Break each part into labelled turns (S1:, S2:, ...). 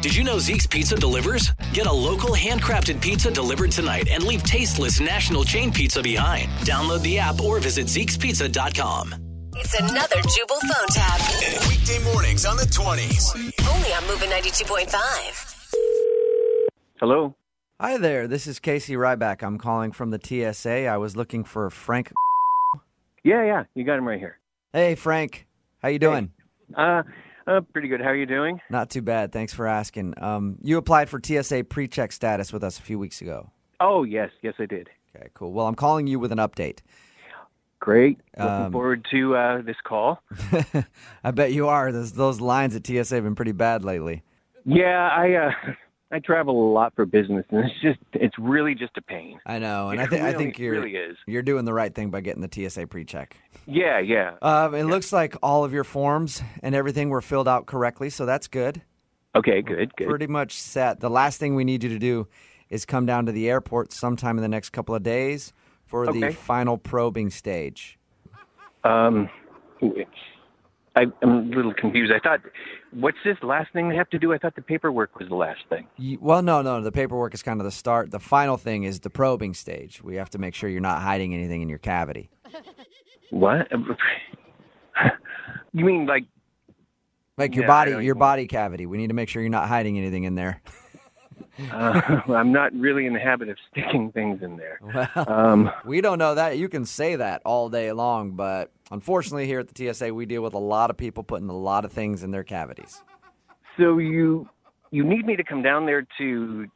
S1: Did you know Zeke's Pizza delivers? Get a local handcrafted pizza delivered tonight and leave tasteless national chain pizza behind. Download the app or visit Zeke'sPizza.com.
S2: It's another Jubal phone tab.
S3: Weekday mornings on the 20s.
S2: Only on Moving 92.5.
S4: Hello.
S5: Hi there, this is Casey Ryback. I'm calling from the TSA. I was looking for Frank.
S4: Yeah, yeah, you got him right here.
S5: Hey, Frank. How you doing?
S4: Uh, uh, pretty good. How are you doing?
S5: Not too bad. Thanks for asking. Um, you applied for TSA pre-check status with us a few weeks ago.
S4: Oh, yes, yes, I did.
S5: Okay, cool. Well, I'm calling you with an update.
S4: Great. Looking
S5: Um,
S4: forward to uh, this call.
S5: I bet you are. Those, those lines at TSA have been pretty bad lately.
S4: Yeah, I uh, I travel a lot for business, and it's just it's really just a pain.
S5: I know, and
S4: It
S5: I think I
S4: really-
S5: think you're
S4: really is.
S5: you're doing the right thing by getting the TSA pre-check.
S4: Yeah, yeah.
S5: Um, it looks like all of your forms and everything were filled out correctly, so that's good.
S4: Okay, good, good.
S5: pretty much set. The last thing we need you to do is come down to the airport sometime in the next couple of days for the
S4: Okay.
S5: final probing stage.
S4: I, I'm a little confused. I thought, what's this last thing they have to do? I thought the paperwork was the last thing.
S5: You, well, no, no, the paperwork is kind of the start. The final thing is the probing stage. We have to make sure you're not hiding anything in your cavity.
S4: What? you mean like?
S5: Like your
S4: Yeah, I
S5: body,
S4: don't
S5: your
S4: even-
S5: body cavity. We need to make sure you're not hiding anything in there.
S4: Uh, I'm not really in the habit of sticking things in there.
S5: Well,
S4: Um,
S5: we don't know that. You can say that all day long, but unfortunately, here at the TSA, we deal with a lot of people putting a lot of things in their cavities.
S4: So you you need me to come down there to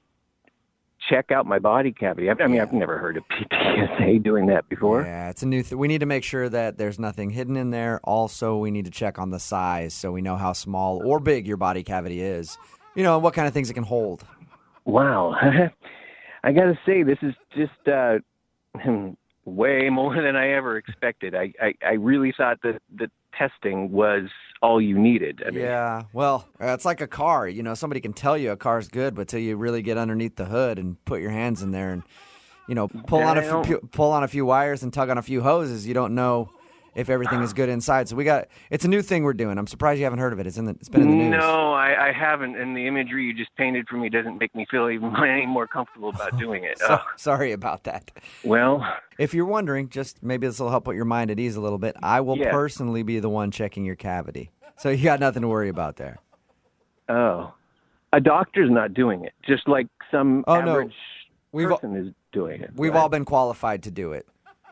S4: check out my body cavity. I, I mean, I've never heard of PTSA doing that before.
S5: Yeah, it's a new. Th- we need to make sure that there's nothing hidden in there. Also, we need to check on the size so we know how small or big your body cavity is. You know, and what kind of things it can hold.
S4: Wow, I gotta say this is just uh, way more than I ever expected. I I, I really thought that the testing was all you needed. I mean,
S5: Yeah. Well, uh, it's like a car. You know, somebody can tell you a car's good, but till you really get underneath the hood and put your hands in there and you know pull on a
S4: I don't-
S5: few, pull on a few wires and tug on a few hoses, you don't know if everything is good inside. So we got it's a new thing we're doing. I'm surprised you haven't heard of it. It's in the, it's been in the news.
S4: No, I, I haven't, and the imagery you just painted for me doesn't make me feel even any more comfortable about doing it.
S5: So,
S4: Ugh.
S5: sorry about that.
S4: well,
S5: If you're wondering, just maybe this will help put your mind at ease a little bit. I will
S4: Yeah.
S5: personally be the one checking your cavity. So you got nothing to worry about there.
S4: Oh, a doctor's not doing it. Just like some
S5: Oh, no.
S4: average
S5: We've all-
S4: person is doing it.
S5: We've
S4: right?
S5: all been qualified to do it.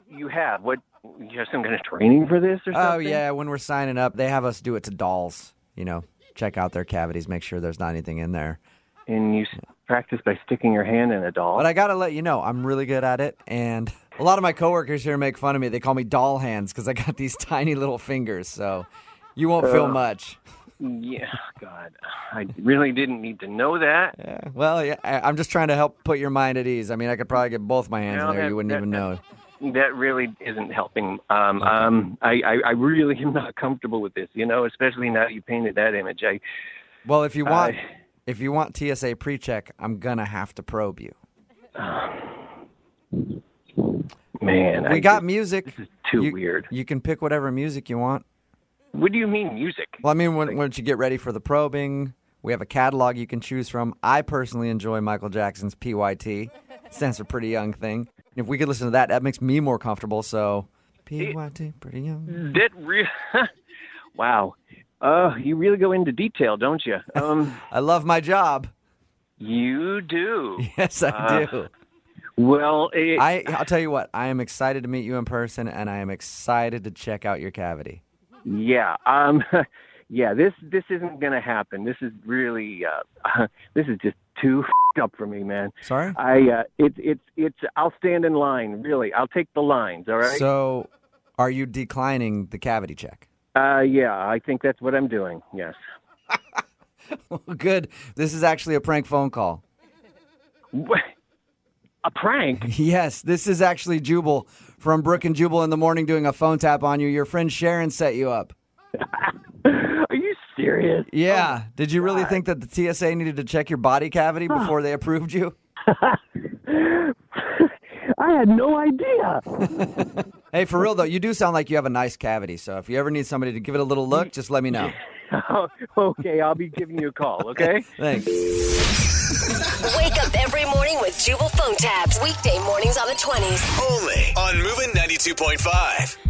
S4: You have what? You have some kind of training for this or something?
S5: Oh yeah, when we're signing up, they have us do it to dolls, you know, check out their cavities, make sure there's not anything in there.
S4: And you s practice by sticking your hand in a doll.
S5: But I got to let you know, I'm really good at it and a lot of my coworkers here make fun of me. They call me doll hands cuz I got these tiny little fingers, so you won't feel much.
S4: yeah, God, I really didn't need to know that.
S5: Yeah. Well, yeah, I- I'm just trying to help put your mind at ease. I mean, I could probably get both my hands
S4: No,
S5: in there.
S4: that-
S5: you wouldn't
S4: that-
S5: even
S4: that-
S5: know.
S4: That really isn't helping. Um, um, I, I, I really am not comfortable with this. You know, especially now you painted that image. I,
S5: Well, if you want,
S4: I-
S5: if you want TSA pre-check, I'm gonna have to probe you.
S4: man,
S5: we
S4: I
S5: got
S4: just-
S5: music.
S4: This is too
S5: You-
S4: weird.
S5: You can pick whatever music you want.
S4: What do you mean music?
S5: Well, I mean, when, once you get ready for the probing, we have a catalog you can choose from. I personally enjoy Michael Jackson's PYT. It stands for Pretty Young Thing. And if we could listen to that, that makes me more comfortable. So, PYT, Pretty Young.
S4: That re- wow. Uh, you really go into detail, don't you? Um,
S5: I love my job.
S4: you do.
S5: Yes,
S4: Uh,
S5: I do.
S4: Well, it,
S5: I, I'll tell you what. I am excited to meet you in person, and I am excited to check out your cavity.
S4: yeah. Um, yeah. This this isn't gonna happen. This is really uh, this is just too fed up for me, man.
S5: Sorry.
S4: I uh, it's it's it's. I'll stand in line. Really, I'll take the lines. All right.
S5: So, are you declining the cavity check?
S4: uh, yeah. I think that's what I'm doing. Yes.
S5: Oh, Good. This is actually a prank phone call.
S4: What? A prank.
S5: Yes, this is actually Jubal from Brook and Jubal in the morning doing a phone tap on you. Your friend Sharon set you up.
S4: Are you serious?
S5: Yeah. Did you really think that the TSA needed to check your body cavity before they approved you?
S4: I had no idea.
S5: Hey, for real though, you do sound like you have a nice cavity. So if you ever need somebody to give it a little look, just let me know.
S4: okay, I'll be giving you a call, okay?
S5: Thanks.
S2: Wake up every morning with Jubal phone tabs. Weekday mornings on the 20s.
S3: Only on Moving 92.5.